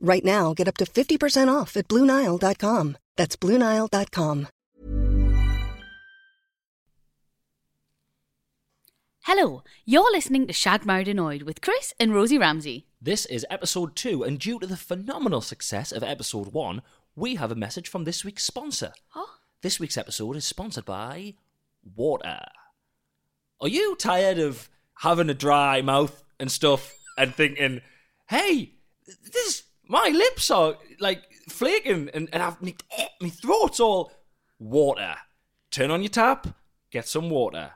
Right now, get up to 50% off at BlueNile.com. That's BlueNile.com. Hello, you're listening to Shag Married Annoyed with Chris and Rosie Ramsey. This is episode two, and due to the phenomenal success of episode one, we have a message from this week's sponsor. Oh, This week's episode is sponsored by water. Are you tired of having a dry mouth and stuff and thinking, hey, this my lips are like flaking and, and I've me, eh, me throat's all water. Turn on your tap, get some water.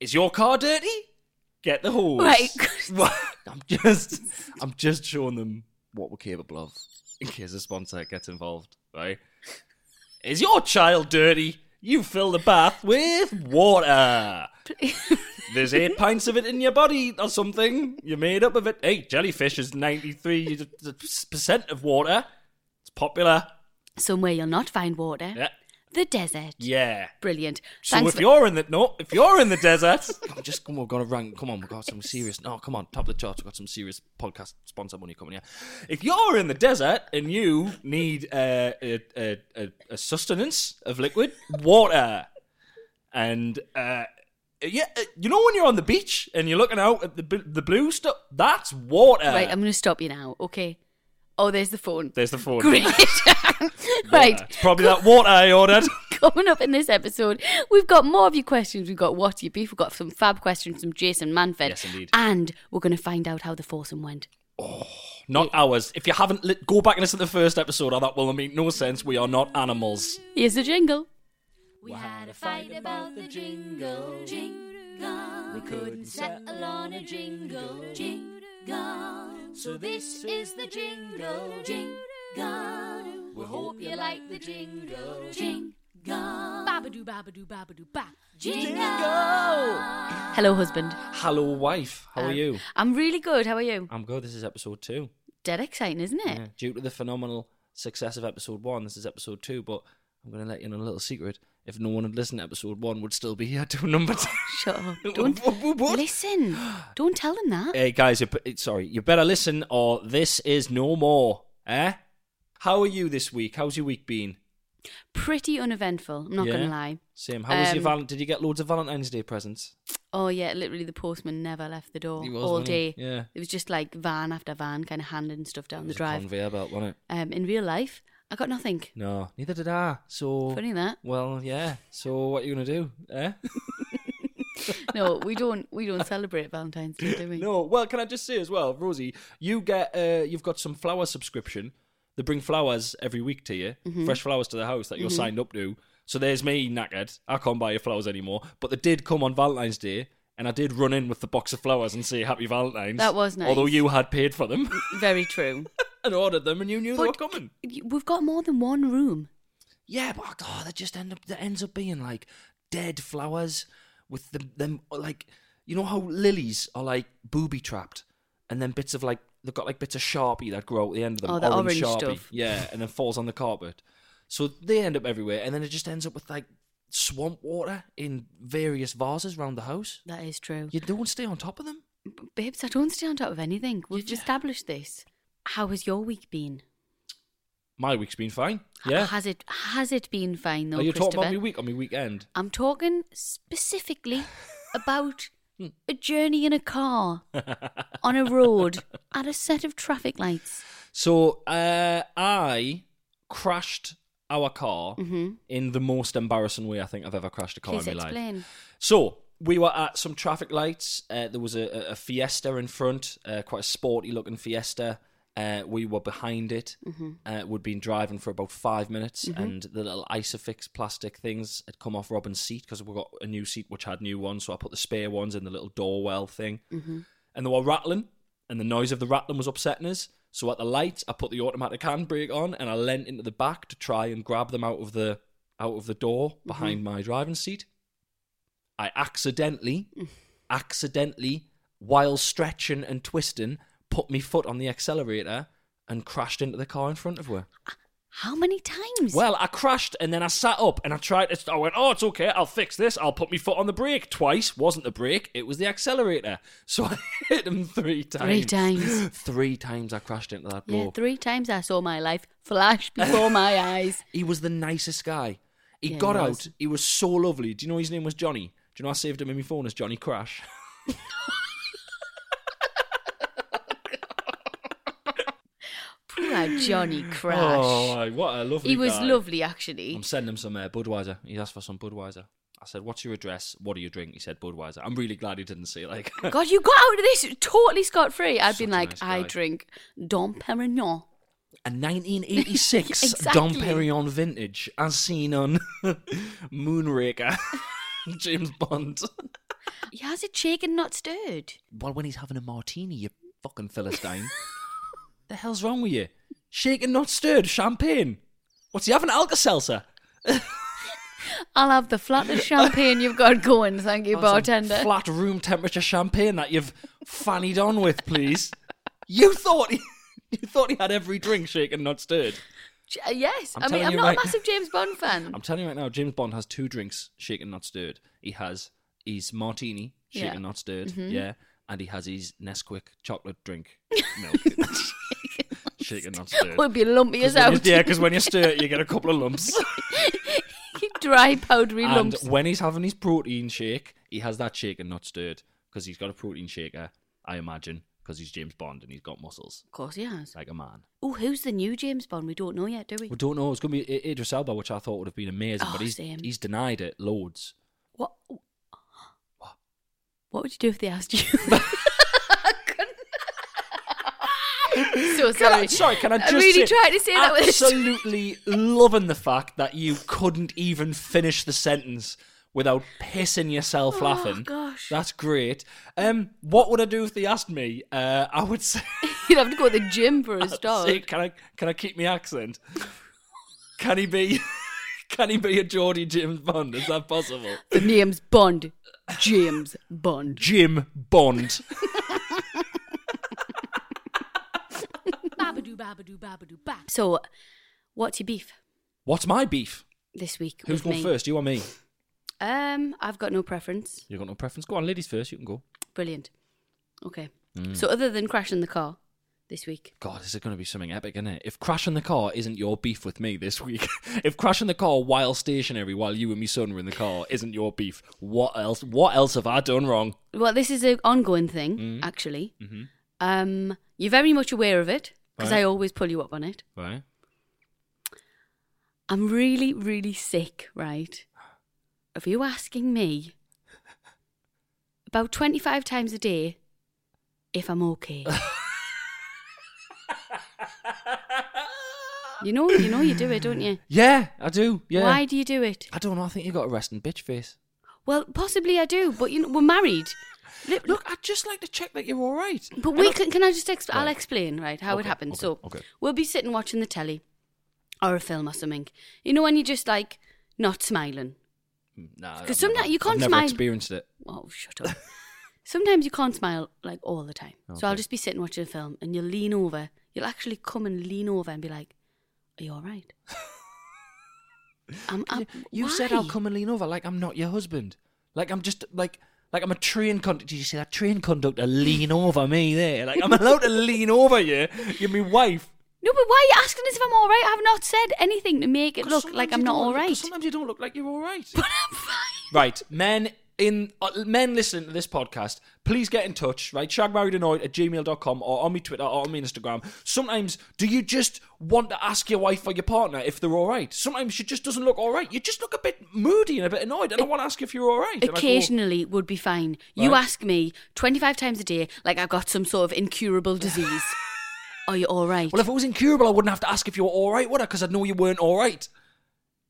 Is your car dirty? Get the hose. Right. I'm just I'm just showing them what we're capable of in case a sponsor gets involved, right? Is your child dirty? You fill the bath with water. There's eight pints of it in your body or something. You're made up of it. Hey, jellyfish is 93% of water. It's popular. somewhere you'll not find water. Yeah. The desert. Yeah. Brilliant. So Thanks if for- you're in the no, if you're in the desert, I'm just come on, we've got to rank. Come on, we've got some serious. No, come on, top of the charts. We've got some serious podcast sponsor money coming here. If you're in the desert and you need uh, a, a, a, a sustenance of liquid water, and uh, yeah, uh, you know when you're on the beach and you're looking out at the bl- the blue stuff, that's water. Right, I'm going to stop you now, okay? Oh, there's the phone. There's the phone. Great. Water. right. It's probably that water I ordered. Coming up in this episode, we've got more of your questions. We've got what your beef. We've got some fab questions from Jason Manford. Yes, indeed. And we're going to find out how the foursome went. Not ours. If you haven't, li- go back and listen to the first episode, or that will make no sense. We are not animals. Here's the jingle. We had a fight about the jingle, jingle. We couldn't settle on a jingle, jingle. So this is the jingle, jingle. We hope you like the jingle, jingle. Babadoo, babadoo, babadoo, ba. Jingle. Hello, husband. Hello, wife. How are Um, you? I'm really good. How are you? I'm good. This is episode two. Dead exciting, isn't it? Yeah. Due to the phenomenal success of episode one, this is episode two, but I'm going to let you in on a little secret. If no one had listened to episode one, we'd still be here doing number two. Shut up. Don't What- what- what? listen. Don't tell them that. hey, guys, you p- sorry. You better listen, or this is no more. Eh? How are you this week? How's your week been? Pretty uneventful. I'm not Yeah? going to lie. Same. How was your Um, Valentine? Did you get loads of Valentine's Day presents? Oh yeah, literally the postman never left the door He was, all wasn't he? day. Yeah. it was just like van after van, kind of handing stuff down It the was a drive. conveyor belt, wasn't it? Um, in real life, I got nothing. No, neither did I. So Funny that. Well, yeah. So what are you gonna do? Eh? No, we don't. We don't celebrate Valentine's Day, do we? no. Well, can I just say as well, Rosie, you get uh, you've got some flower subscription. They bring flowers every week to you, Mm-hmm. fresh flowers to the house that you're signed up to. So there's me knackered. I can't buy your flowers anymore. But they did come on Valentine's Day, and I did run in with the box of flowers and say Happy Valentine's. That was nice. Although you had paid for them Very true. and ordered them, and you knew But- they were coming. You- We've got more than one room. Yeah, but oh, that just end up that ends up being like dead flowers with them them like you know how lilies are like booby trapped and then bits of like they've got like bits of sharpie that grow at the end of them. Oh, the orange sharpie. stuff. Yeah, and then falls on the carpet. So they end up everywhere, and then it just ends up with like swamp water in various vases around the house. That is true. You don't stay on top of them. B- Babes, I don't stay on top of anything. We've yeah. established this. How has your week been? My week's been fine. H- Yeah. Has it has it been fine though, are you Christopher? talking about my week or my weekend? I'm talking specifically about Hmm. a journey in a car on a road at a set of traffic lights. So uh, I I crashed our car in the most embarrassing way I think I've ever crashed a car Please in my life. explain. So we were at some traffic lights. Uh, there was a, a- a Fiesta in front, uh, quite a sporty looking Fiesta. Uh, we were behind it. Uh, we'd been driving for about five minutes, and the little Isofix plastic things had come off Robin's seat because we got a new seat which had new ones. So I put the spare ones in the little door well thing, and they were rattling, and the noise of the rattling was upsetting us. So at the lights, I put the automatic handbrake on, and I leant into the back to try and grab them out of the out of the door behind my driving seat. I accidentally, Mm. accidentally, while stretching and twisting, put my foot on the accelerator and crashed into the car in front of her. How many times? Well, I crashed and then I sat up and I tried. To, I went, "Oh, it's okay. I'll fix this. I'll put my foot on the brake." Twice wasn't the brake; it was the accelerator. So I hit him three times. Three times. Three times I crashed into that bloke. yeah, three times I saw my life flash before my eyes. He was the nicest guy. He Yeah, got he was. out. He was so lovely. Do you know his name was Johnny? Do you know I saved him in my phone as Johnny Crash? Poor Johnny Crash. Oh, aye, what a lovely he was guy. lovely, actually. I'm sending him some uh, Budweiser. He asked for some Budweiser. I said, "What's your address? What do you drink?" He said, "Budweiser." I'm really glad he didn't say like. God, you got out of this totally scot free. I'd Such been a like, nice I guy. drink Dom Perignon. A 1986 Dom Exactly. Perignon vintage, as seen on Moonraker, James Bond. He has it shaken, not stirred. Well, when he's having a martini, you fucking philistine. the hell's wrong with you? Shaken, not stirred, champagne. What's he having? Alka Seltzer. I'll have the flattest champagne you've got going, thank you, bartender. Flat room temperature champagne that you've fannied on with, please. you thought he, you thought he had every drink shaken, not stirred. J- uh, yes, I'm i mean, telling I'm you not right- a massive James Bond fan. I'm telling you right now, James Bond has two drinks shaken, not stirred. He has his martini shaken, Yeah. Mm-hmm. not stirred, yeah, and he has his Nesquik chocolate drink milk shaken, not stirred. Would be lumpy 'Cause as when you- out. yeah, because when you stir it, you get a couple of lumps. Dry, powdery and lumps. when he's having his protein shake, he has that shaken, not stirred, because he's got a protein shaker, I imagine, because he's James Bond and he's got muscles Of course he has. like a man. Oh, who's the new James Bond? We don't know yet, do we? We don't know. It's going to be I- Idris Elba, which I thought would have been amazing, Oh, but he's same. he's denied it loads. What? What? What would you do if they asked you? I couldn't- so Can sorry. I- sorry, can I just really say, tried to say that with absolutely loving the fact that you couldn't even finish the sentence without pissing yourself Oh, laughing. gosh. That's great. Um, what would I do if they asked me? Uh, I would say, You'd have to go to the gym for a start. say, can I can I keep my accent? Can he be can he be a Geordie James Bond? Is that possible? The name's Bond. James Bond. Jim Bond. Babadoo, babadoo, babadoo, ba. So, what's your beef What's my beef? this week? Who's with going me? first? You or me? Um, I've got no preference. You got no preference? Go on, ladies first. You can go. Brilliant. Okay. Mm. So, other than crashing the car this week, God, this is going to be something epic, isn't it? If crashing the car isn't your beef with me this week, if crashing the car while stationary, while you and me son were in the car, isn't your beef, what else? What else have I done wrong? well, this is an ongoing thing, Mm. actually. Um, you're very much aware of it because Mm-hmm. Right. I always pull you up on it. Right? I'm really, really sick, right? Of you asking me about 25 times a day if I'm okay. you know, you know, you do it, don't you? Yeah, I do. Yeah. Why do you do it? I don't know. I think you got a resting bitch face. Well, possibly I do, but you know, we're married. Look, Look, I'd just like to check that you're all right. But we can. Can I just? Exp- I'll Right. explain right how it Okay, happened. okay, so okay. we'll be sitting watching the telly, or a film or something. You know when you're just like not smiling. Nah, 'Cause I've sometimes never- you can't I've never smile. experienced it. Oh, shut up. Sometimes you can't smile like all the time. So I'll Okay. just be sitting watching a film, and you'll lean over. You'll actually come and lean over and be like, "Are you all right?" I'm, I'm, You said I'll why? come and lean over, like I'm not your husband. Like I'm just like like I'm a train conductor. Did you see that train conductor lean over me there? Like I'm allowed to lean over you. You're my wife. No, but why are you asking us if I'm all right? I've not said anything to make it 'Cause look sometimes like you I'm not don't all look- 'cause right. Sometimes you don't look like you're all right. But I'm fine. Right, men. in uh, men listening to this podcast, please get in touch, right? Shagmarriedannoyed at gmail.com or on me Twitter or on me Instagram. Sometimes, do you just want to ask your wife or your partner if they're all right? Sometimes she just doesn't look all right. You just look a bit moody and a bit annoyed, and I want to ask if you're all right. And I go, E- Occasionally would be fine. You Right. ask me 25 times a day, like I've got some sort of incurable disease. Are you all right? well, if it was incurable, I wouldn't have to ask if you were all right, would I? Because I'd know you weren't all right.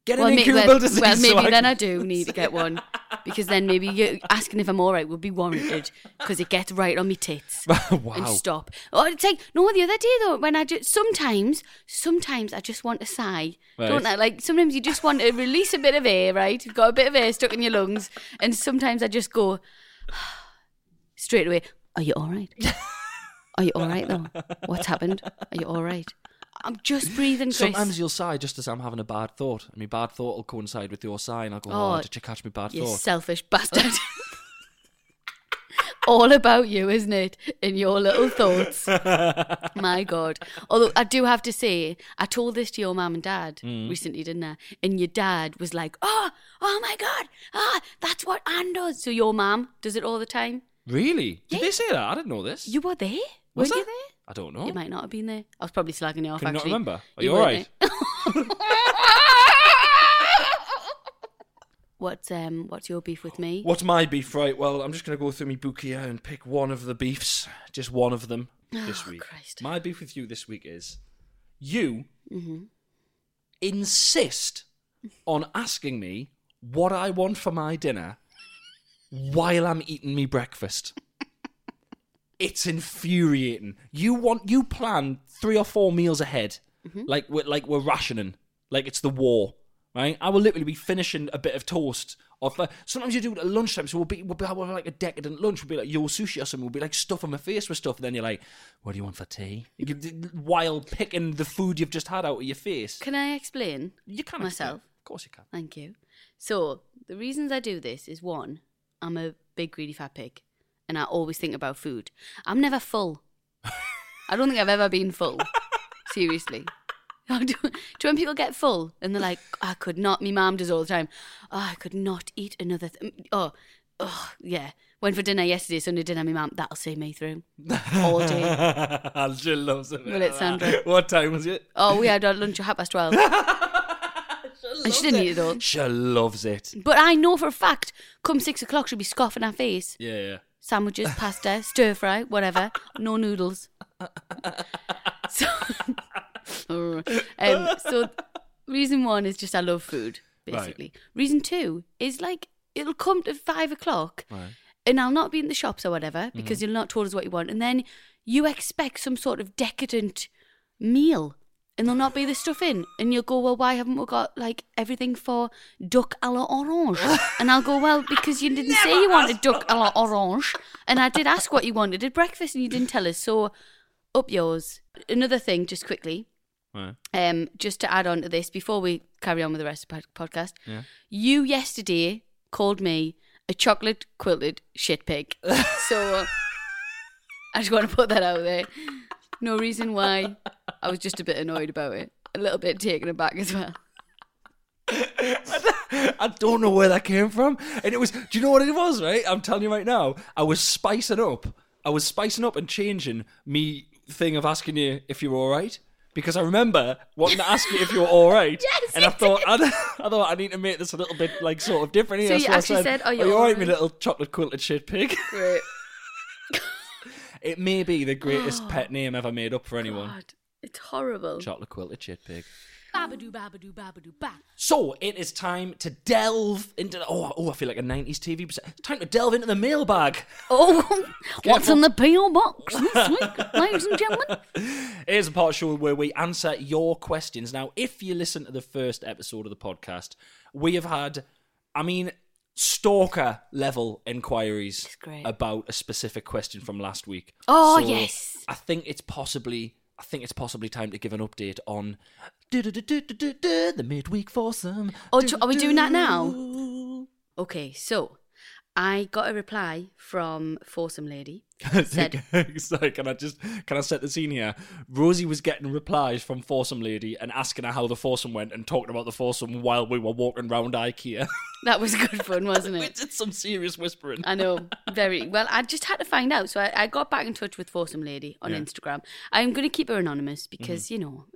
Get an Well, may- incurable well, disease. well, so maybe I then can- I do need to get one because then maybe you asking if I'm all right would be warranted because it gets right on me tits. Wow. And stop. Or it's like no, the other day though, when I just sometimes, sometimes I just want to sigh, don't I? Right. Like sometimes you just want to release a bit of air, right? You've got a bit of air stuck in your lungs, and sometimes I just go straight away. Are you all right? Are you all right though? What's happened? Are you all right? I'm just breathing, Chris. Sometimes you'll sigh just as I'm having a bad thought, and my bad thought will coincide with your sigh, and I'll go, "Oh, Oh, did you catch me bad You thought?" selfish bastard. All about you, isn't it? In your little thoughts. My God. Although I do have to say, I told this to your mum and dad Mm. recently, didn't I? And your dad was like, oh, oh my God, ah, that's what Anne does. So your mum does it all the time. Really? Yeah. Did they say that? I didn't know this. You were there? Was Weren't you I? there? I don't know. You might not have been there. I was probably slagging you off, Can you not actually. remember? Are you weren't alright? there. What's um what's your beef with me? What's my beef? Right. Well, I'm just going to go through my book here and pick one of the beefs, just one of them this Oh, week. Christ. My beef with you this week is you Mm-hmm. insist on asking me what I want for my dinner while I'm eating me breakfast. it's infuriating. You want you plan three or four meals ahead, like we're, like we're rationing, like it's the war, right? I will literally be finishing a bit of toast. Or th- sometimes you do it at lunchtime, so we'll be we'll be having like a decadent lunch. We'll be like yo sushi or something. We'll be like stuffing my face with stuff, and then you're like, "What do you want for tea?" You could- While picking the food you've just had out of your face, Can I explain? you can myself? Of course, you can. Thank you. So the reasons I do this is one, I'm a big greedy fat pig, and I always think about food. I'm never full. I don't think I've ever been full. Seriously. I do, do you know when people get full and they're like, "Oh, I could not. My mum does all the time. Oh, I could not eat another. Th- oh, oh, yeah. Went for dinner yesterday, Sunday dinner. My mum, that'll see me through all day. she loves it. Will it, Sandra? What time was it? Oh, we had our lunch at half past twelve, and she didn't eat it all. She loves it. But I know for a fact, come six o'clock, she'll be scoffing her face. Yeah, yeah. sandwiches, pasta, stir fry, whatever. No noodles. So, um, so reason one is just I love food, Right. basically. Reason two is like it'll come to five o'clock, and I'll not be in the shops or whatever because you'll not told us what you want, and then you expect some sort of decadent meal. And there'll not be the stuff in, and you'll go, well, why haven't we got like everything for duck a la orange? And I'll go, well, because you didn't say you wanted duck a la orange, and I did ask what you wanted at breakfast, and you didn't tell us. So, up yours. Another thing, just quickly, Right. um, just to add on to this before we carry on with the rest of the pod- podcast. You yesterday called me a chocolate quilted shit pig. so uh, I just want to put that out there. No reason why. I was just a bit annoyed about it. A little bit taken aback as well. I don't know where that came from. And it was, do you know what it was, right? I'm telling you right now, I was spicing up. I was spicing up and changing me thing of asking you if you were all right. Because I remember wanting to ask you if you were all right. Yes, and I you thought, I, I thought I need to make this a little bit like sort of different here. So you I actually said, "Are you all all right, me right?" little chocolate quilted shit pig? Great. It may be the greatest pet name ever made up for anyone. God, it's horrible. Chocolate quilted shit pig. Babadoo, babadoo, babadoo, ba. So it is time to delve into. The, oh, oh, I feel like a '90s TV. pres- It's time to delve into the mailbag. Oh, what's Careful. in the PO box this week, ladies and gentlemen? Here's a part show where we answer your questions. Now, if you listen to the first episode of the podcast, we have had, I mean, stalker level inquiries great. about a specific question from last week. Oh, yes. I think it's possibly. I think it's possibly time to give an update on the midweek foursome. Oh, do- are we doing that now? Do-do-do. Okay, so I got a reply from Foursome Lady. Said- Sorry, can I just can I set the scene here? Rosie was getting replies from foursome lady and asking her how the foursome went and talking about the foursome while we were walking round IKEA. That was good fun, wasn't we it? did some serious whispering. I know, very well. I just had to find out, so I, I got back in touch with Foursome Lady on Yeah. Mm-hmm. Instagram. I'm going to keep her anonymous because you know,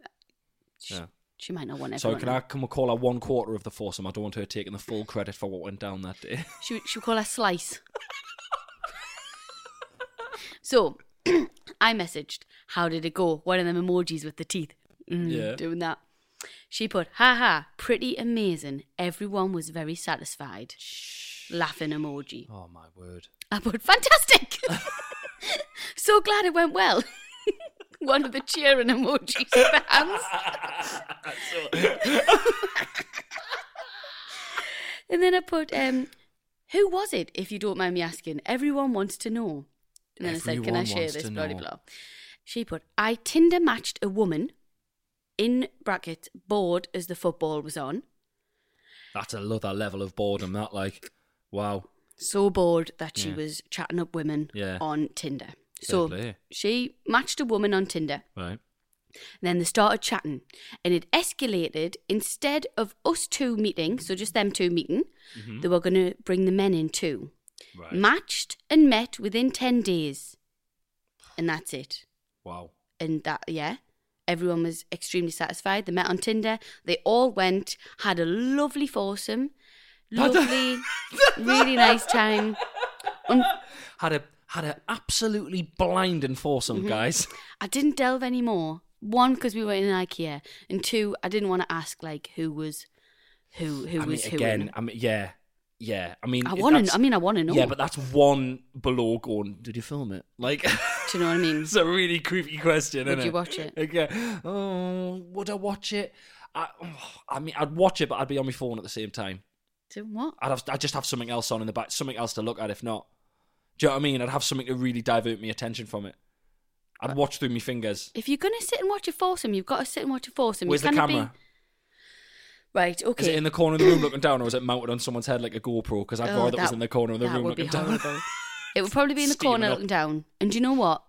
she, Yeah. she might not want So everyone. can I can we call her one quarter of the foursome? I don't want her taking the full credit for what went down that day. She she would call her slice. so, I messaged. How did it go? One of them emojis with the teeth. Mm, Yeah. doing that. She put, "Ha ha, pretty amazing. Everyone was very satisfied." Laughing emoji. Oh my word. I put, "Fantastic. so glad it went well." One of the cheering emojis spams. And then I put, um, who was it, if you don't mind me asking? Everyone wants to know. And then I said, can I Everyone share wants this? to Blah, blah, know. blah. She put, I Tinder matched a woman, in brackets, bored as the football was on. That's another level of boredom, that like wow. So bored that she Yeah. was chatting up women Yeah. on Tinder. So play. she matched a woman on Tinder. Right. Then they started chatting, and it escalated. Instead of us two meeting, so just them two meeting, they were going to bring the men in too. Right. Matched and met within 10 days, and that's it. wow. And that, yeah, everyone was extremely satisfied. They met on Tinder, they all went, had a lovely foursome, lovely, really nice time. Un- Had a had a absolutely blinding foursome, Mm-hmm. guys. I didn't delve any more. One, because we were in IKEA, and two, I didn't want to ask like who was who who I was mean, who. again, in- I mean, yeah, yeah. I mean, I it- want to. that's- I mean, I want to know. Yeah, but that's one below going. Did you film it? Like, do you know what I mean? it's a really creepy question. Would innit? you watch it? Like, yeah. Oh, would I watch it? I, oh, I mean, I'd watch it, but I'd be on my phone at the same time. Do what? I'd have, I'd just have something else on in the back, something else to look at. If not, do you know what I mean? I'd have something to really divert my attention from it. I'd watch through my fingers. If you're gonna sit and watch a foursome, you've got to sit and watch a foursome. Where's you the can't camera? Be... Right. Okay. Is it in the corner of the room looking down, or is it mounted on someone's head like a GoPro? Because I'd Oh, rather it was that- in the corner of the that room would be looking down. horrible. it would probably be in the Steaming corner up. looking down. And do you know what?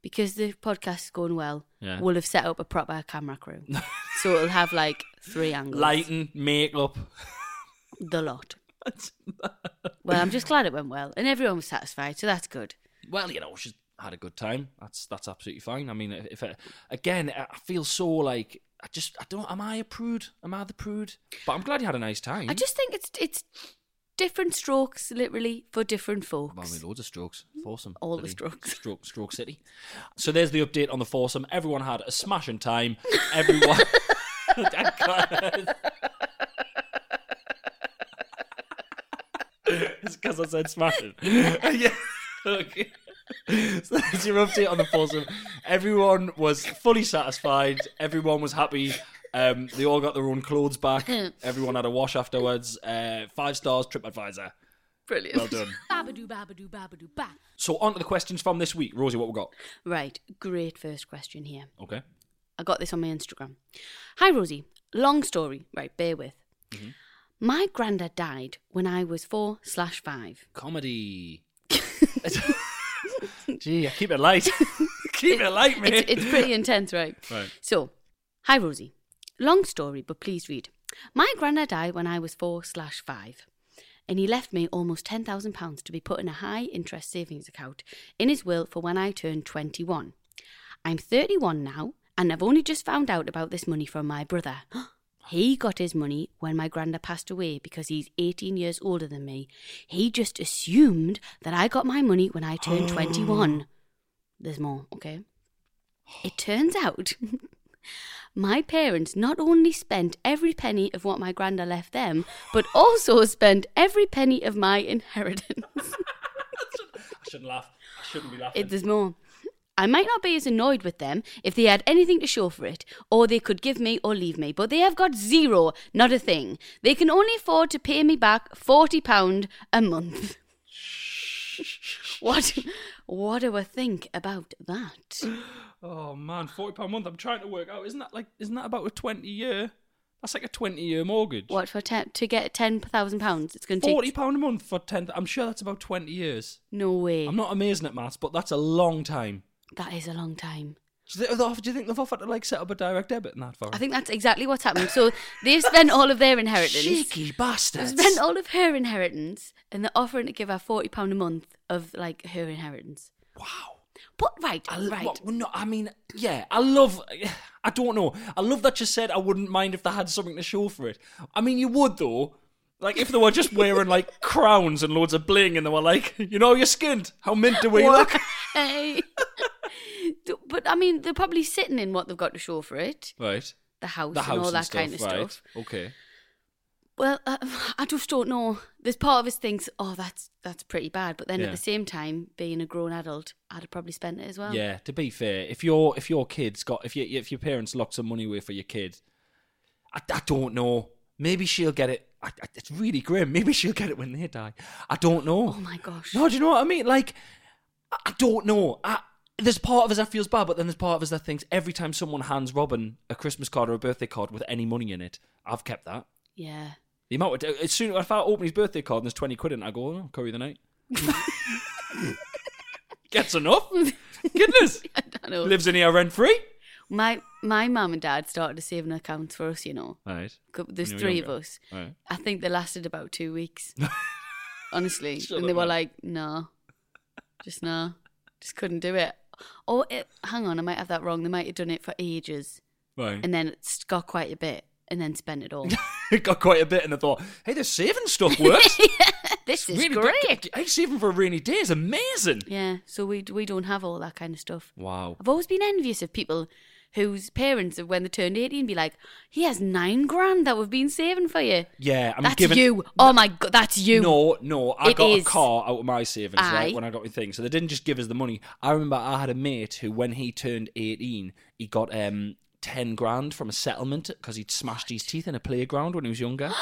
Because the podcast's going well, Yeah. we'll have set up a proper camera crew, so it'll have like three angles, Lighting, makeup. the lot. Well, I'm just glad it went well, and everyone was satisfied, so that's good. well, you know, she's had a good time. That's that's absolutely fine. I mean, if it, again, I feel so like I just I don't. Am I a prude? Am I the prude? But I'm glad you had a nice time. I just think it's it's different strokes, literally, for different folks. Well, I mean, loads of strokes. Foursome. All the Bloody strokes. Stroke, stroke city. So there's the update on the foursome. Everyone had a smashing time. Everyone. it's because I said smashing. yeah. Okay. So that's your update on the foursome. Everyone was fully satisfied. Everyone was happy. Um, they all got their own clothes back. Everyone had a wash afterwards. Uh, five stars, TripAdvisor. Brilliant. Well done. Babadoo, babadoo, babadoo, ba. So on to the questions from this week, Rosie. What we got? Right, great first question here. Okay. I got this on my Instagram. Hi, Rosie. Long story. Right, bear with. Mm-hmm. My granddad died when I was four slash five. Comedy. Gee, I keep it light. keep it light, mate. It's, it's pretty intense, right? Right. So, hi, Rosie. Long story, but please read. My granddad died when I was four slash five, and he left me almost ten thousand pounds to be put in a high interest savings account in his will for when I turned twenty one. I'm thirty one now, and I've only just found out about this money from my brother. He got his money when my granddad passed away because he's 18 years older than me. He just assumed that I got my money when I turned 21. There's more, okay? It turns out my parents not only spent every penny of what my granddad left them, but also spent every penny of my inheritance. I shouldn't laugh. I shouldn't be laughing. It, there's more. I might not be as annoyed with them if they had anything to show for it, or they could give me or leave me, but they have got zero, not a thing. They can only afford to pay me back £40 a month. What, what do I think about that? Oh man, forty pound a month. I'm trying to work out. Isn't that like? Isn't that about a twenty year? That's like a twenty-year mortgage. What for? Ten, to get ten thousand pounds, it's going to take Forty pound a month for ten. I'm sure that's about twenty years. No way. I'm not amazing at maths, but that's a long time. That is a long time. Do you, think they've offered- do you think they've offered to like set up a direct debit and that for? I think that's exactly what's happened. So they've spent all of their inheritance. Cheeky They've bastards. spent all of her inheritance, and they're offering to give her forty pound a month of like her inheritance. wow. But right, I, right. right. no, I mean, yeah, I love. I don't know. I love that you said I wouldn't mind if they had something to show for it. I mean, you would though. Like if they were just wearing like crowns and loads of bling, and they were like, you know, you're skinned. How mint do we look? Hey. but I mean, they're probably sitting in what they've got to show for it Right. the house, The house and all and that stuff, kind of right. stuff. Okay. Well, uh, I just don't know. There's part of us thinks, oh, that's that's pretty bad. But then Yeah. at the same time, being a grown adult, I'd have probably spent it as well. Yeah. To be fair, if your if your kids got if your if your parents locked some money away for your kid, I, I don't know. Maybe she'll get it. I, I, it's really grim. Maybe she'll get it when they die. I don't know. Oh my gosh. No, do you know what I mean? Like, I I don't know. I, there's part of us that feels bad, but then there's part of us that thinks every time someone hands Robin a Christmas card or a birthday card with any money in it, I've kept that. Yeah. The amount of, as soon if I open his birthday card and there's twenty quid in, it, I go, oh, curry of the night. Gets enough. Goodness, I don't know. lives in here rent free. my my mum and dad started a saving account for us. You know, Right. 'Cause there's When you were three younger. of us. Right. I think they lasted about two weeks. Honestly, Shut and they up, were man. like, no, just no, just couldn't do it. Or it, hang on, I might have that wrong. They might have done it for ages, Right. and then it's got quite a bit, and then spent it all. it got quite a bit, and I thought, hey, this saving stuff works. this is really great. Good. Hey, saving for a rainy day is amazing. Yeah, so we we don't have all that kind of stuff. Wow. I've always been envious of people whose parents, when they turned eighteen, be like, "He has nine grand that we've been saving for you." Yeah, I'm that's giving you. Oh my god, that's you. No, no. I It got is. a car out of my savings Aye. right, when I got my thing. So they didn't just give us the money. I remember I had a mate who, when he turned 18, he got um 10 grand from a settlement because he'd smashed his teeth in a playground when he was younger.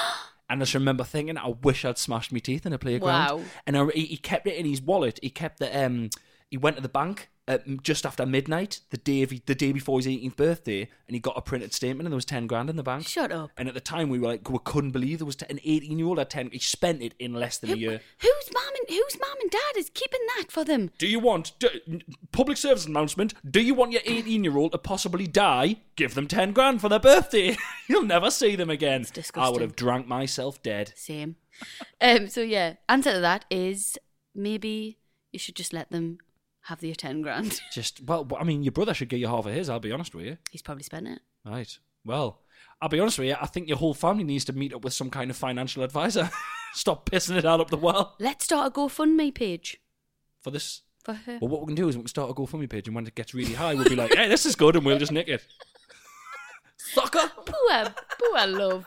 And I just remember thinking, I wish I'd smashed my teeth in a playground. Wow. And I, he, he kept it in his wallet. He kept the um. He went to the bank at m- just after midnight, the day of, the day before his 18th birthday, and he got a printed statement, and there was 10 grand in the bank. Shut up. And at the time, we were like, we couldn't believe there was t- an 18 year old at 10. He spent it in less than a year. Who's mum and whose mum and dad is keeping that for them? Do you want do, public service announcement? Do you want your 18 year old to possibly die? Give them 10 grand for their birthday. You'll never see them again. I disgusting. would have drank myself dead. Same. um. So yeah, answer to that is maybe you should just let them have the ten grand. Just well, I mean, your brother should get you half of his. I'll be honest with you. He's probably spent it. Right. Well, I'll be honest with you. I think your whole family needs to meet up with some kind of financial advisor. Stop pissing it out up the well Let's start a GoFundMe page for this for her. Well, what we can do is we can start a GoFundMe page, and when it gets really high, we'll be like, "Hey, this is good," and we'll just nick it. Sucker. Poor, poor love.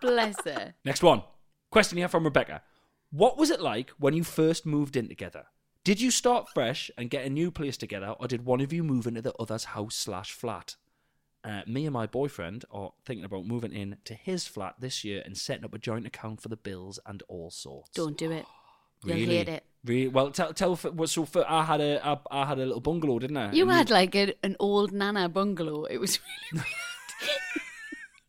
Bless her. Next one. Question here from Rebecca. What was it like when you first moved in together? Did you start fresh and get a new place together, or did one of you move into the other's house slash flat? Uh, me and my boyfriend are thinking about moving in to his flat this year and setting up a joint account for the bills and all sorts. Don't do it. You'll hate it. Really? Well, tell tell. f- well, So for, I had a I, I had a little bungalow, didn't I? You And had like a, an old nana bungalow. It was really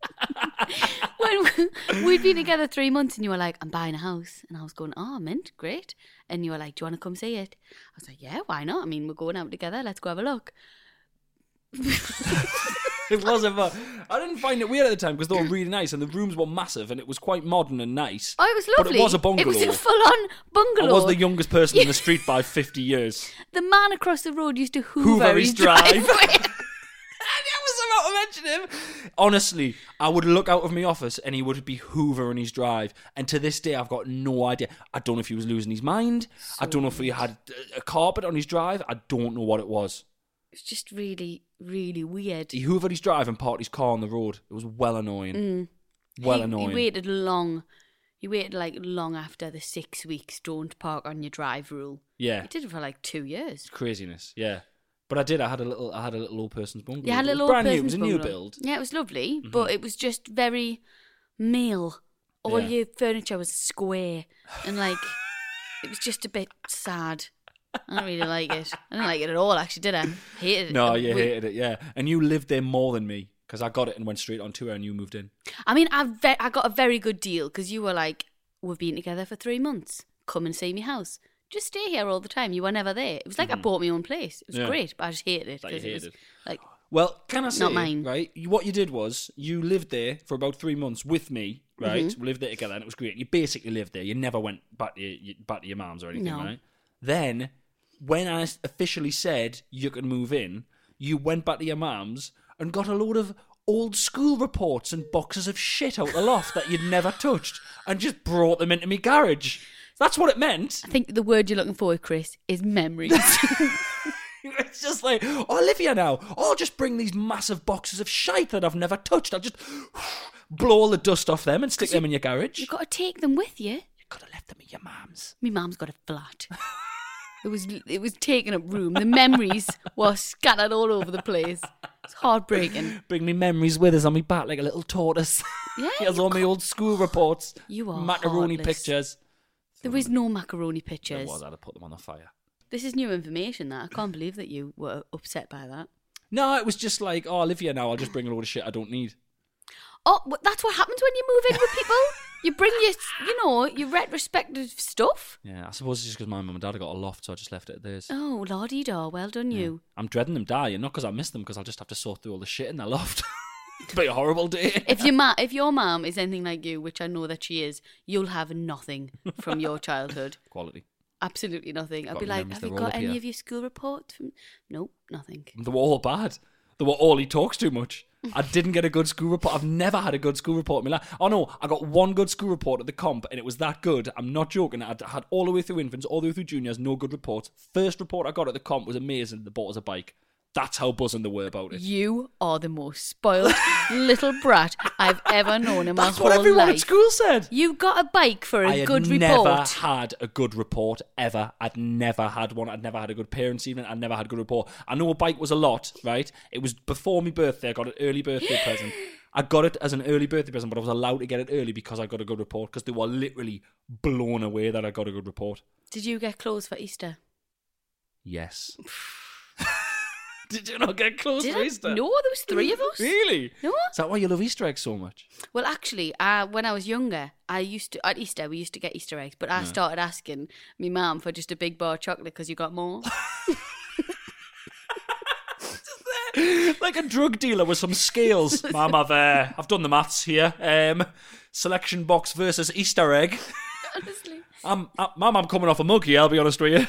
weird. when we- we'd been together three months and you were like, I'm buying a house. And I was going, oh, mint, great. And you were like, do you want to come see it? I was like, yeah, why not? I mean, we're going out together. Let's go have a look. it wasn't. But I didn't find it weird at the time because they were really nice and the rooms were massive and it was quite modern and nice. Oh, it was lovely. But it was a bungalow. It was a full on I bungalow. was the youngest person in the street by fifty years. The man across the road used to hoover, Hoover his his drive. driveway. I was about to mention him. Honestly, I would look out of my office and he would be hoovering his drive. And to this day, I've got no idea. I don't know if he was losing his mind. I don't know if he had uh, a carpet on his drive. I don't know what it was. it's just really, really weird. He hoovered his drive and parked his car on the road. It was well annoying. Well Mm. he, annoying. He waited long. He waited like long after the six weeks don't park on your drive rule. yeah, He did it for like two years. craziness. Yeah, but I did. I had a little. I had a little old person's bungalow. Yeah, It had a was little brand new. It person's was a new bungalow. build. Mm-hmm. Yeah, it was lovely, but it was just very male. All Yeah. your furniture was square, and like it was just a bit sad. I don't really like it. I didn't like it at all. Actually, did I? Hated it. No, I- you we- hated it. Yeah, and you lived there more than me because I got it and went straight on tour, and you moved in. I mean, I ve- I got a very good deal because you were like, we've been together for three months. Come and see me house. Just stay here all the time. You were never there. It was like I bought my own place. It was Mm-hmm. Yeah. great, but I just hated it. Like you 'cause it was, hated. like Well, can I say, mine. right? you- What you did was you lived there for about three months with me, right? Mm-hmm. We lived there together, and it was great. You basically lived there. You never went back to your, your- back to your mom's or anything, No. right? Then, when I s- officially said you could move in, you went back to your mom's and got a load of old school reports and boxes of shit out the loft that you'd never touched, and just brought them into me garage. That's what it meant. I think the word you're looking for, Chris, is memories. It's just like, oh, I live here now. Oh, I'll just bring these massive boxes of shite that I've never touched. I'll just blow all the dust off them and stick them in your garage. You've got to take them with you. you could have left them at your mum's. My mum's got a flat. it was it was taking up room. The memories were scattered all over the place. It's heartbreaking. Bring me memories with us on me back like a little tortoise. Yeah, Here's you all my old school reports. You are macaroni heartless. pictures. There is no macaroni There pictures. was. I'd have put them on the fire. This is new information. That I can't believe that you were upset by that. No, it was just like, oh, I live here now. I'll just bring a load of shit I don't need. Oh, well, that's what happens when you move in with people. you bring your, you know, your retrospective stuff. Yeah, I suppose it's just because my mum and dad have got a loft, so I just left it at theirs. Oh, lordy da, well done Yeah. you. I'm dreading them dying, not because I miss them, because I'll just have to sort through all the shit in their loft. It'll be a horrible day. If your ma- if your mum is anything like you, which I know that she is, you'll have nothing from your childhood. Quality. Absolutely nothing. I'd Got be like, memories, have they're you all got up any here." of your school reports? From... Nope, nothing. They were all bad. They were all he talks too much. I didn't get a good school report. I've never had a good school report in my life. Oh no, I got one good school report at the comp, and it was that good. I'm not joking. I had all the way through infants, all the way through juniors, no good reports. First report I got at the comp was amazing. The bought us a bike. That's how buzzing they were about it. You are the most spoiled little brat I've ever known in my That's whole what everyone life. at school said. You got a bike for a I had good never report. had a good report ever. I'd never had one. I'd never had a good parents' evening. I'd never had a good report. I know a bike was a lot, right? It was before my birthday. I got an early birthday present. I got it as an early birthday present, but I was allowed to get it early because I got a good report. Because they were literally blown away that I got a good report. Did you get clothes for Easter? Yes. Did you not get close Did to I? Easter? No, there was three of us. Really? No. Is that why you love Easter eggs so much? Well, actually, uh, when I was younger, I used to at Easter we used to get Easter eggs, but I started asking my mum for just a big bar of chocolate because you got more. like a drug dealer with some scales. Mum, I've uh, I've done the maths here. Um, selection box versus Easter egg. Honestly, I'm, I, Mum, I'm coming off a mug here. I'll be honest with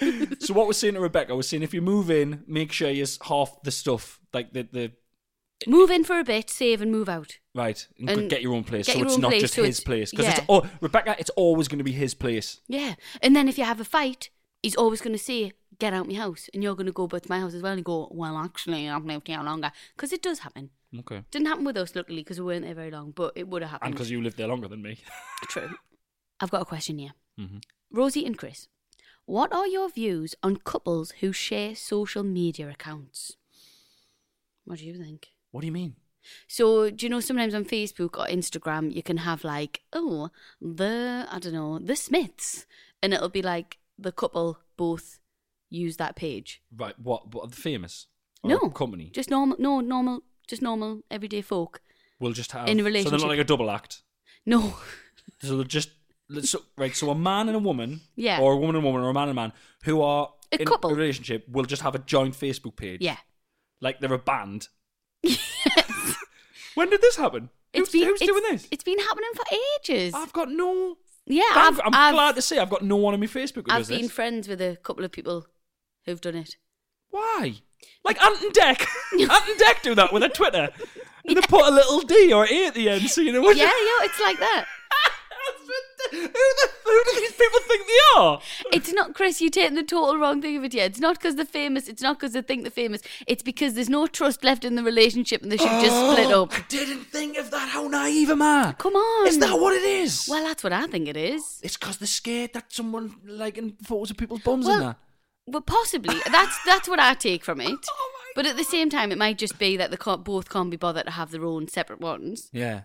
you. so what we're saying to Rebecca, we're saying if you move in, make sure you're half the stuff, like the the move in for a bit, save and move out. right, and, And get your own place. get so your it's own not place, just so his it's- place because yeah. it's oh Rebecca, it's always going to be his place. Yeah, and then if you have a fight, he's always going to say, "Get out my house," and you're going to go back to my house as well and go, "Well, actually, I've lived here longer," because it does happen. Okay. Didn't happen with us, luckily, because we weren't there very long, but it would have And happened. because you lived there longer than me. Mm-hmm. True. I've got a question here. Rosie and Chris, What are your views on couples who share social media accounts? What do you think? What do you mean? So, do you know sometimes on Facebook or Instagram, you can have like, oh, the, I don't know, the Smiths. And it'll be like the couple both use that page. Right, what? What the famous? Or no. company. Just normal, no, normal, just normal everyday folk. will just have in a So they're relationship. not like a double act. No. So they'll just so, right. So a man and a woman, Yeah. or a woman and a woman, or a man and a man who are A in couple. a relationship will just have a joint Facebook page. Yeah. like they're a band. when did this happen? who's who's it's- doing this? It's been happening for ages. I've got no. yeah, I've, I've, am I've- glad to say I've got no one on my Facebook who I've does been this. friends with a couple of people who've done it. Why? Like Ant and Deck. Ant and Deck do that with a Twitter. And they put a little D or A at the end, so you know what yeah, yeah, it's like that. who, the, who do these people think they are? It's not, Chris, you're taking the total wrong thing of it yet. It's not because they're famous. It's not because they think they're famous. It's because there's no trust left in the relationship and they should just split up. Oh, I didn't think of that. How naive am I? Come on. Is that what it is? Well, that's what I think it is. it's because they're scared that someone liking photos of people's bums Well- and that. Well, possibly. That's that's what I take from it. Oh my But at the same time, it might just be that they can't, both can't be bothered to have their own separate ones. Yeah.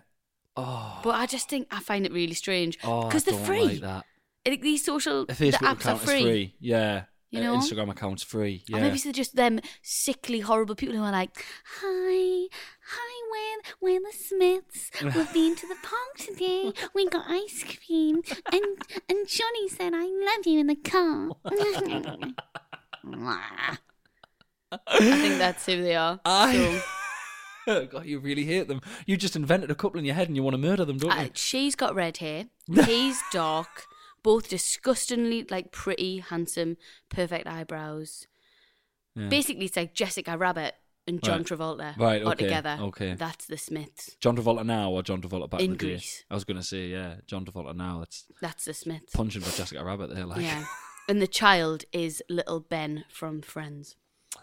Oh. But I just think I find it really strange Oh, I because they're don't free. Like that. Like, these social A the Facebook apps are account free. is free. Yeah. You An know? Instagram account's free. Or Yeah. maybe it's just them sickly, horrible people who are like, "Hi, hi, we're we're the Smiths. We've been to the park today. We got ice cream, and and Johnny said I love you in the car." I think that's who they are. I. God, you really hate them. You just invented a couple in your head and you want to murder them, don't Uh, you? she's got red hair. He's dark. Both disgustingly like pretty, handsome, perfect eyebrows. Yeah. Basically, it's like Jessica Rabbit and John Right. Travolta Right, are okay, together. okay. that's the Smiths. John Travolta now or John Travolta back In in the day? Greece. I was going to say, yeah, John Travolta now. That's That's the Smiths. punching for Jessica Rabbit there. Like. Yeah, and the child is little Ben from Friends.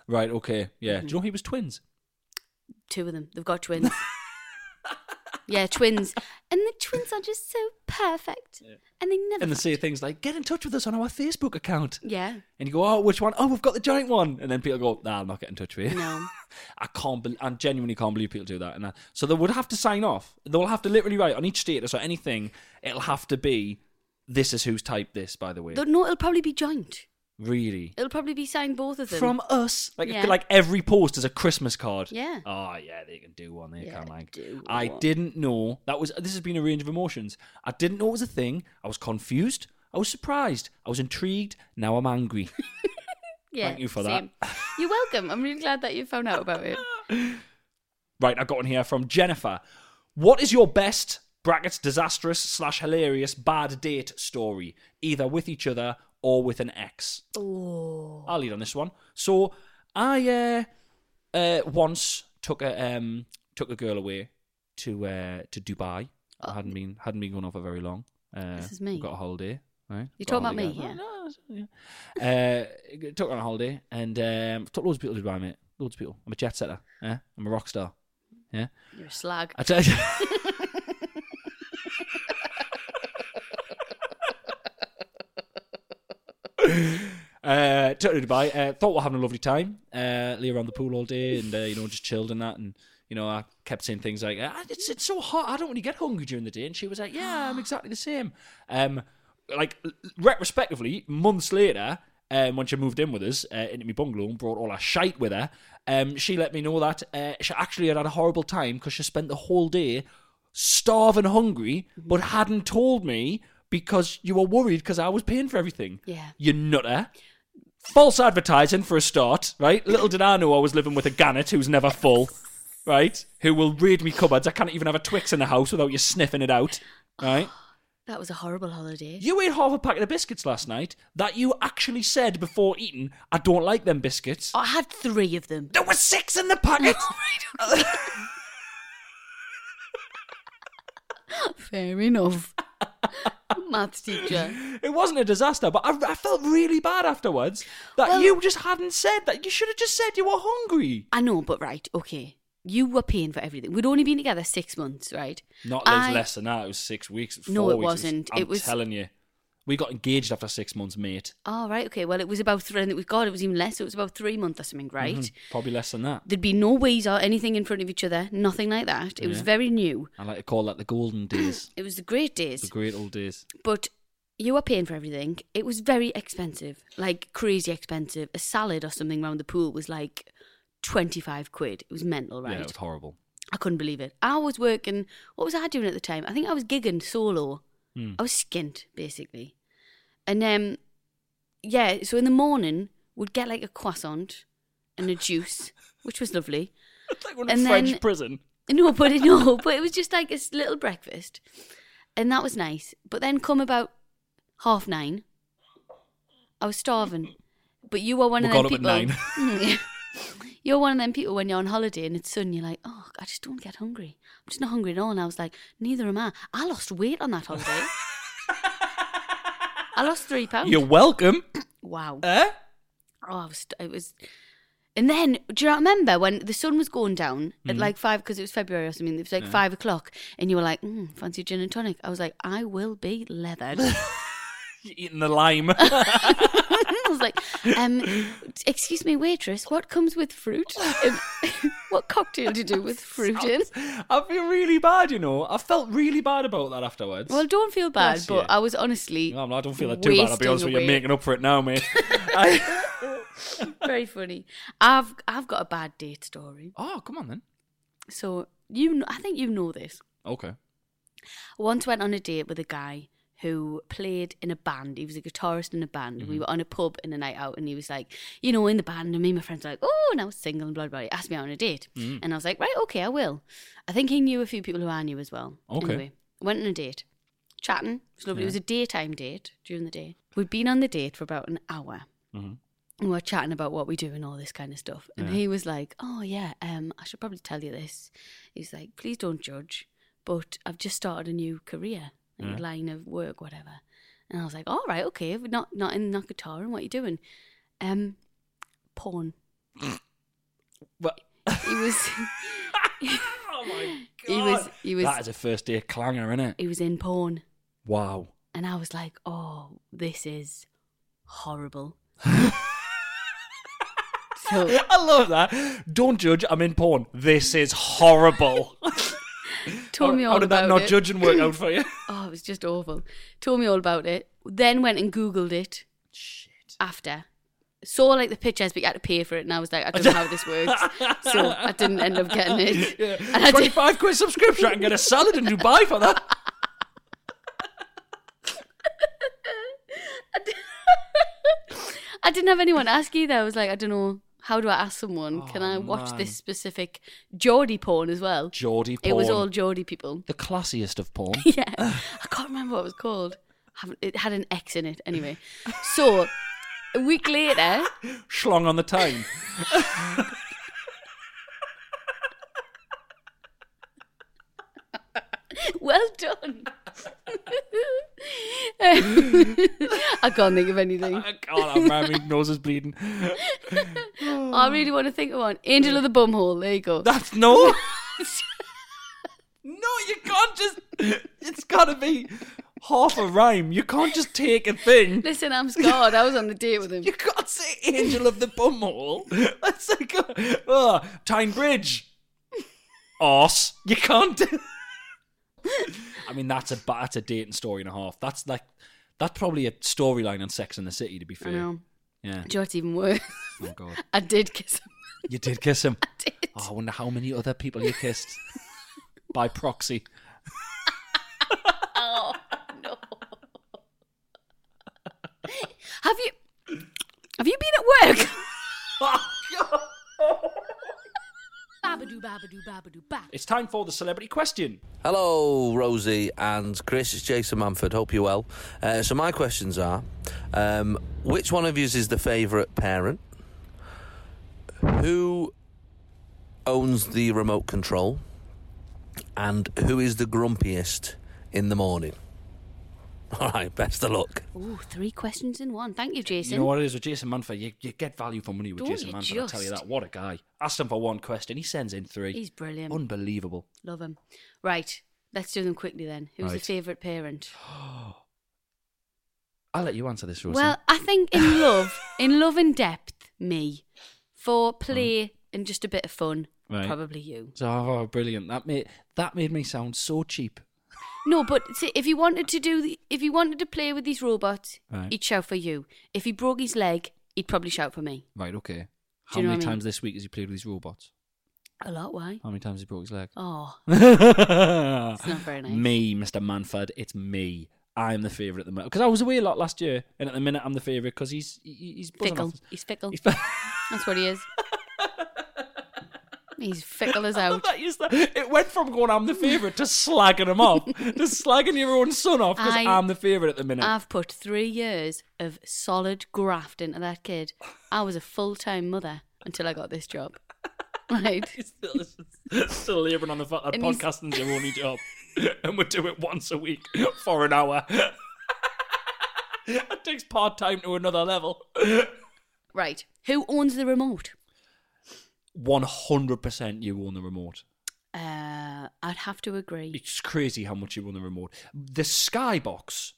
Right, okay. Yeah. Mm-hmm. Do you know he was twins? Two of them. They've got twins. yeah, twins. And the twins are just so perfect, and they never. And they fight. say things like, get in touch with us on our Facebook account. yeah. And you go, oh, which one? Oh, we've got the giant one. And then people go, nah, I'm not getting in touch with you. No. I can't believe, I genuinely can't believe people do that. And I, so they would have to sign off. They'll have to literally write on each status or anything, it'll have to be, this is who's typed this, by the way. Though, No, it'll probably be joint. really? It'll probably be signed both of them. From us, like Yeah. like every post is a Christmas card. Yeah. Oh yeah, they can do one. They Yeah, can like. do I one. didn't know that was. This has been a range of emotions. I didn't know it was a thing. I was confused. I was surprised. I was intrigued. Now I'm angry. yeah, Thank you for that. same. You're welcome. I'm really glad that you found out about it. Right, I've got one here from Jennifer. What is your best brackets disastrous slash hilarious bad date story, either with each other or with an ex? Oh. I'll lead on this one. So I uh, uh, once took a um, took a girl away to uh, to Dubai. I hadn't been hadn't been going off for very long. Uh, Oh. This is me. Got a holiday. Right. You're Got a talking about me, holiday. No, no, yeah. uh, took her on a holiday and um, took loads of people to Dubai, mate. Loads of people. I'm a jet setter. Yeah, I'm a rock star. Yeah. You're a slag. I tell you. Uh, took her to Dubai. Uh, thought we were having a lovely time. Uh, lay around the pool all day, and uh, you know, just chilled and that. And you know, I kept saying things like, "Ah, "It's it's so hot. I don't really get hungry during the day." And she was like, "Yeah, I'm exactly the same." Um, like retrospectively, months later, um, when she moved in with us uh, into my bungalow and brought all our shite with her, um, she let me know that uh, she actually had had a horrible time because she spent the whole day starving hungry, but hadn't told me because you were worried because I was paying for everything. Yeah. You nutter. False advertising for a start, right? Little did I know I was living with a gannet who's never full, right? Who will raid me cupboards. I can't even have a Twix in the house without you sniffing it out, right? That was a horrible holiday. You ate half a packet of biscuits last night that you actually said before eating, I don't like them biscuits. I had three of them. There were six in the packet. Fair enough. Maths teacher. it wasn't a disaster, but I, I felt really bad afterwards that Well- you just hadn't said that. You should have just said you were hungry. I know, but right, okay. You were paying for everything. We'd only been together six months, right? Not I- less than that. It was six weeks. No, four it weeks. It was- wasn't. I'm It was- telling you. We got engaged after six months, mate. Oh, right, okay. Well, it was about three, and it was, God, it was even less. It was about three months or something, right? Mhm, Probably less than that. There'd be no ways or anything in front of each other, nothing like that. It was Yeah. very new. I like to call that the golden days, It was the great days. the great old days. but you were paying for everything. It was very expensive, like crazy expensive. A salad or something round the pool was like 25 quid. It was mental, right? Yeah, it was horrible. I couldn't believe it. I was working, what was I doing at the time? I think I was gigging solo. Hmm. I was skint, basically. And um, yeah, so in the morning, we'd get like a croissant and a juice, which was lovely. It's like we're in And French then- prison. No, but it, no, but it was just like this little breakfast, and that was nice. But then come about half nine, I was starving. But you were one We of them got people. up at Mm, yeah. you're one of them people when you're on holiday and it's sudden you're like, oh, I just don't get hungry. I'm just not hungry at all. And I was like, neither am I. I lost weight on that holiday. I lost three pounds. You're welcome. Oh. wow. Eh? Oh, I was, it was. And then, do you not remember when the sun was going down at like five, because it was February or something, it was like five o'clock, and you were like, mm, fancy gin and tonic. I was like, I will be leathered. You're eating the lime. I was like, um, excuse me, waitress, what comes with fruit? Um, what cocktail do you do with fruit in? I feel really bad, you know. I felt really bad about that afterwards. Well, don't feel bad, Bless but you. I was honestly No, I don't feel that too bad. I'll be honest wasting with you. You're away. making up for it now, mate. I- very funny. I've I've got a bad date story, oh, come on then. so you kn- I think you know this. Okay. I once went on a date with a guy who played in a band. He was a guitarist in a band. Mm-hmm. and We were on a pub in a night out, and he was like, you know, in the band. And me and my friends were like, oh, and I was single and blah, blah, blah. He asked me out on a date. Mm. And I was like, right, okay, I will. I think he knew a few people who I knew as well. Okay. Anyway, went on a date, chatting. It was lovely. It was a daytime date during the day. We'd been on the date for about an hour. Mm-hmm. And we were chatting about what we do and all this kind of stuff. And he was like, Oh, yeah, um, I should probably tell you this. He's like, Please don't judge, but I've just started a new career, a new line of work, whatever. And I was like, All right, okay, but not, not in not guitar and what you doing? Um, porn. But He was, oh my god, He was- he was- that is a first day clanger, isn't it? he was in porn. Wow. And I was like, Oh, this is horrible. so I love that. Don't judge. I'm in porn. This is horrible. told me all How did about that not it. judging work out for you? Oh, it was just awful. Told me all about it. Then went and Googled it. Shit. After. Saw like the pictures, but you had to pay for it, and I was like, I don't know how this works. so I didn't end up getting it. And I did, Twenty-five quid subscription. I can get a salad in Dubai for that. I didn't have anyone ask either. I was like, I don't know. How do I ask someone? Can Oh, I watch man. this specific Geordie porn as well? Geordie porn. It was all Geordie people. the classiest of porn. yeah. I can't remember what it was called. Haven't- It had an X in it anyway. So a week later, Schlong on the time. Well done. I can't think of anything. Oh, God, I'm my nose is bleeding. I really want to think of one. Angel of the Bumhole. There you go. That's no. no, you can't just. It's got to be half a rhyme. You can't just take a thing. Listen, I'm scarred. I was on a date with him. You can't say Angel of the Bumhole. That's like a oh, Tyne Bridge. Arse. You can't. do- I mean, that's a ba- that's a date and story and a half. That's like that's probably a storyline on Sex in the City. To be I fair, know. yeah. Do you know what's even worse? Oh God, I did kiss him. you did kiss him. I did. Oh, I wonder how many other people you kissed by proxy. Oh, no. Have you. Have you been at work? Oh, Babadoo, babadoo, babadoo, ba. It's time for the celebrity question. Hello, Rosie and Chris. It's Jason Manford. Hope you're well. Uh, so, my questions are um, which one of you is the favourite parent? Who owns the remote control? And who is the grumpiest in the morning? All right, best of luck. Oh, three questions in one. Thank you, Jason. You know what it is with Jason Manford? You, you get value for money with Don't Jason you Manford, I tell you just? that. What a guy. Asked him for one question, he sends in three. He's brilliant. Unbelievable. Love him. Right. Let's do them quickly then. Who's the Right. favourite parent? I'll let you answer this, Rosie. Well, I think in love, in love and depth, me. For play and just a bit of fun, Right. probably you. So, oh, brilliant! That made that made me sound so cheap. No, but see, if he wanted to do, the, if he wanted to play with these robots, Right. he'd shout for you. If he broke his leg, he'd probably shout for me. Right, okay. How Do you know many what I mean? times this week has he played with these robots? A lot, why? How many times has he broke his leg? Oh, it's not very nice. Me, Mr. Manford, it's me. I'm the favourite at the moment because I was away a lot last year, and at the minute I'm the favourite because he's he- he's buzzing fickle. off us. He's fickle. He's- That's what he is. He's fickle as out. That is the- it went from going I'm the favourite to slagging him off, to slagging your own son off because I- I'm the favourite at the minute. I've put three years of solid graft into that kid. I was a full time mother until I got this job. Right. still, still labouring on the fact that And he's- podcasting's your only job, and we do it once a week for an hour. it takes part time to another level. Right. Who owns the remote? One hundred percent, you own the remote. Uh, I'd have to agree. It's crazy how much you own the remote. The skybox,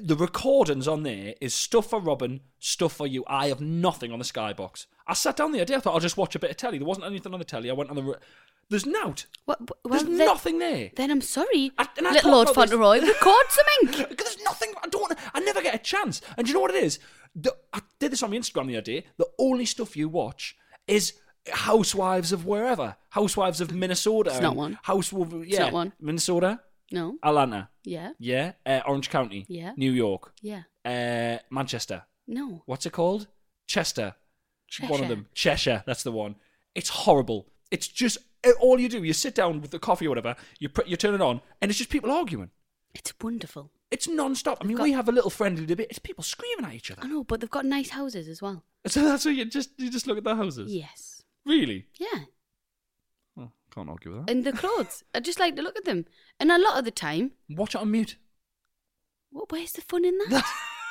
the recordings on there is stuff for Robin, stuff for you. I have nothing on the skybox. I sat down the other day. I thought I'll just watch a bit of telly. There wasn't anything on the telly. I went on the. Re- There's nout. What, well, There's then, nothing there. Then I'm sorry, I- and I little Lord thought about Fauntleroy. this- Record something. Because there's nothing. I don't. wanna- I never get a chance. And do you know what it is? The, I did this on my Instagram the other day. The only stuff you watch is Housewives of wherever, Housewives of Minnesota. It's not and one. Housewives. Yeah, not one. Minnesota, No. Atlanta. Yeah. Yeah, uh, Orange County. Yeah. New York. Yeah. Uh, Manchester. No. What's it called? Chester. One Cheshire. of them. Cheshire. That's the one. It's horrible. It's just it- all you do. You sit down with the coffee or whatever. You put you turn it on, and it's just people arguing. It's wonderful. It's non-stop. I They've mean, got- we have a little friendly debate. It's people screaming at each I other. know, but they've got nice houses as well. So that's what you just you just look at the houses. Yes. Really? Yeah. Well, can't argue with that. And the clothes. I just like to look at them. And a lot of the time, Watch it on mute. what? Where's the fun in that?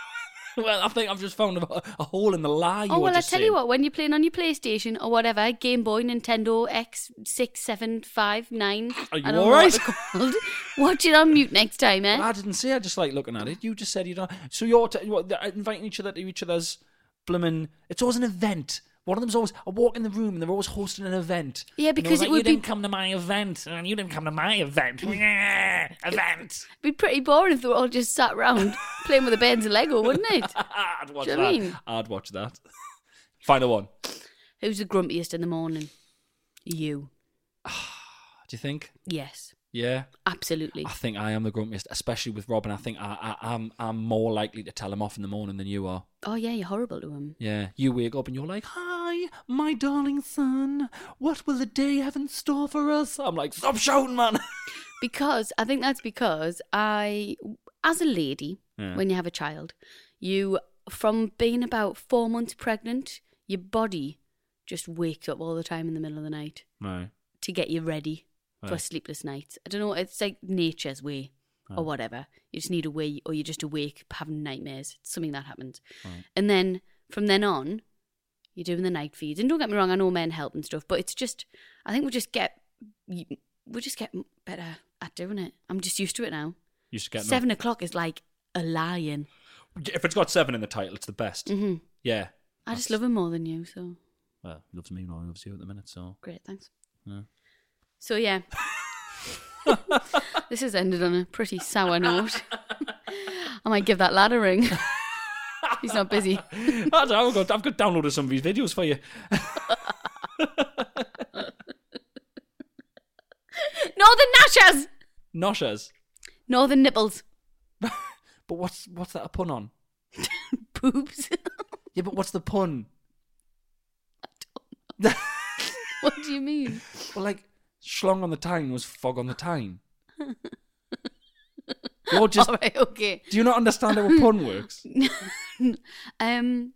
well, I think I've just found a, a hole in the lie. You oh were well, I just tell you saying. what. When you're playing on your PlayStation or whatever, Game Boy, Nintendo X six, seven, five, nine. Are you I don't all know what right? they're called. Watch it on mute next time, eh? Well, I didn't say. I just like looking at it. You just said you don't. So you're t- what, they're inviting each other to each other's blooming. It's always an event. One of them's always. I walk in the room and they're always hosting an event. Yeah, And they're because always it like, would you be- didn't come to my event, and you didn't come to my event. Yeah, event. be pretty boring if they were all just sat round playing with a Benz and Lego, wouldn't it? I'd watch Do you that. know what I mean? I'd watch that. Final one. Who's the grumpiest in the morning? You. Do you think? Yes, Yeah. absolutely. I think I am the grumpiest, especially with Robin. I think I, I, I'm I'm more likely to tell him off in the morning than you are. Oh yeah, you're horrible to him. Yeah, you wake up and you're like, "Hi, my darling son. What will the day have in store for us?" I'm like, "Stop shouting, man." Because I think that's because I, as a lady, Yeah. when you have a child, you from being about four months pregnant, your body just wakes up all the time in the middle of the night No. to get you ready for Right. sleepless nights. I don't know. It's like nature's way or whatever. You just need a way, or you're just awake having nightmares. It's something that happens, and then from then on, you're doing the night feeds. And don't get me wrong, I know men help and stuff, but it's just I think we just get we just get better at doing it. I'm just used to it now. Used to get Seven o'clock is like a lion. If it's got seven in the title, it's the best. hmm Yeah. I just love him more than you, so Well, he loves me and I loves you at the minute, so. great, thanks. Yeah. So yeah. this has ended on a pretty sour note. I might give that lad a ring. He's not busy. I've got I've got downloaded some of these videos for you. Northern Nashers! Noshas. Northern nipples. But what's what's that a pun on? Boobs. Yeah, but what's the pun? what do you mean? Well, like schlong on the tine was fog on the tine. You're just. All right, okay. Do you not understand how a pun works? Um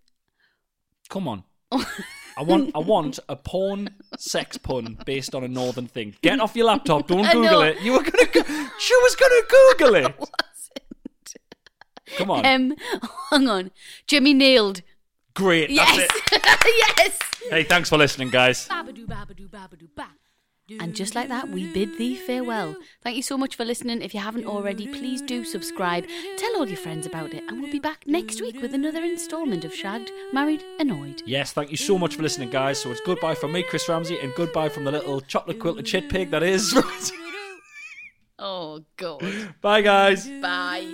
Come on. I want I want a porn sex pun based on a northern thing. Get off your laptop. Don't I know. Google it. You were gonna. Go- she was gonna Google it. Come on. Um, hang on. Jimmy nailed. Great. That's Yes. yes. it. Hey, thanks for listening, guys. Babadoo, babadoo, babadoo, ba. And just like that, we bid thee farewell. Thank you so much for listening. If you haven't already, please do subscribe. Tell all your friends about it, and we'll be back next week with another instalment of Shagged, Married, Annoyed. Yes, thank you so much for listening, guys. So it's goodbye from me, Chris Ramsey, and goodbye from the little chocolate quilted chit pig that is. Oh, God. Bye, guys. Bye.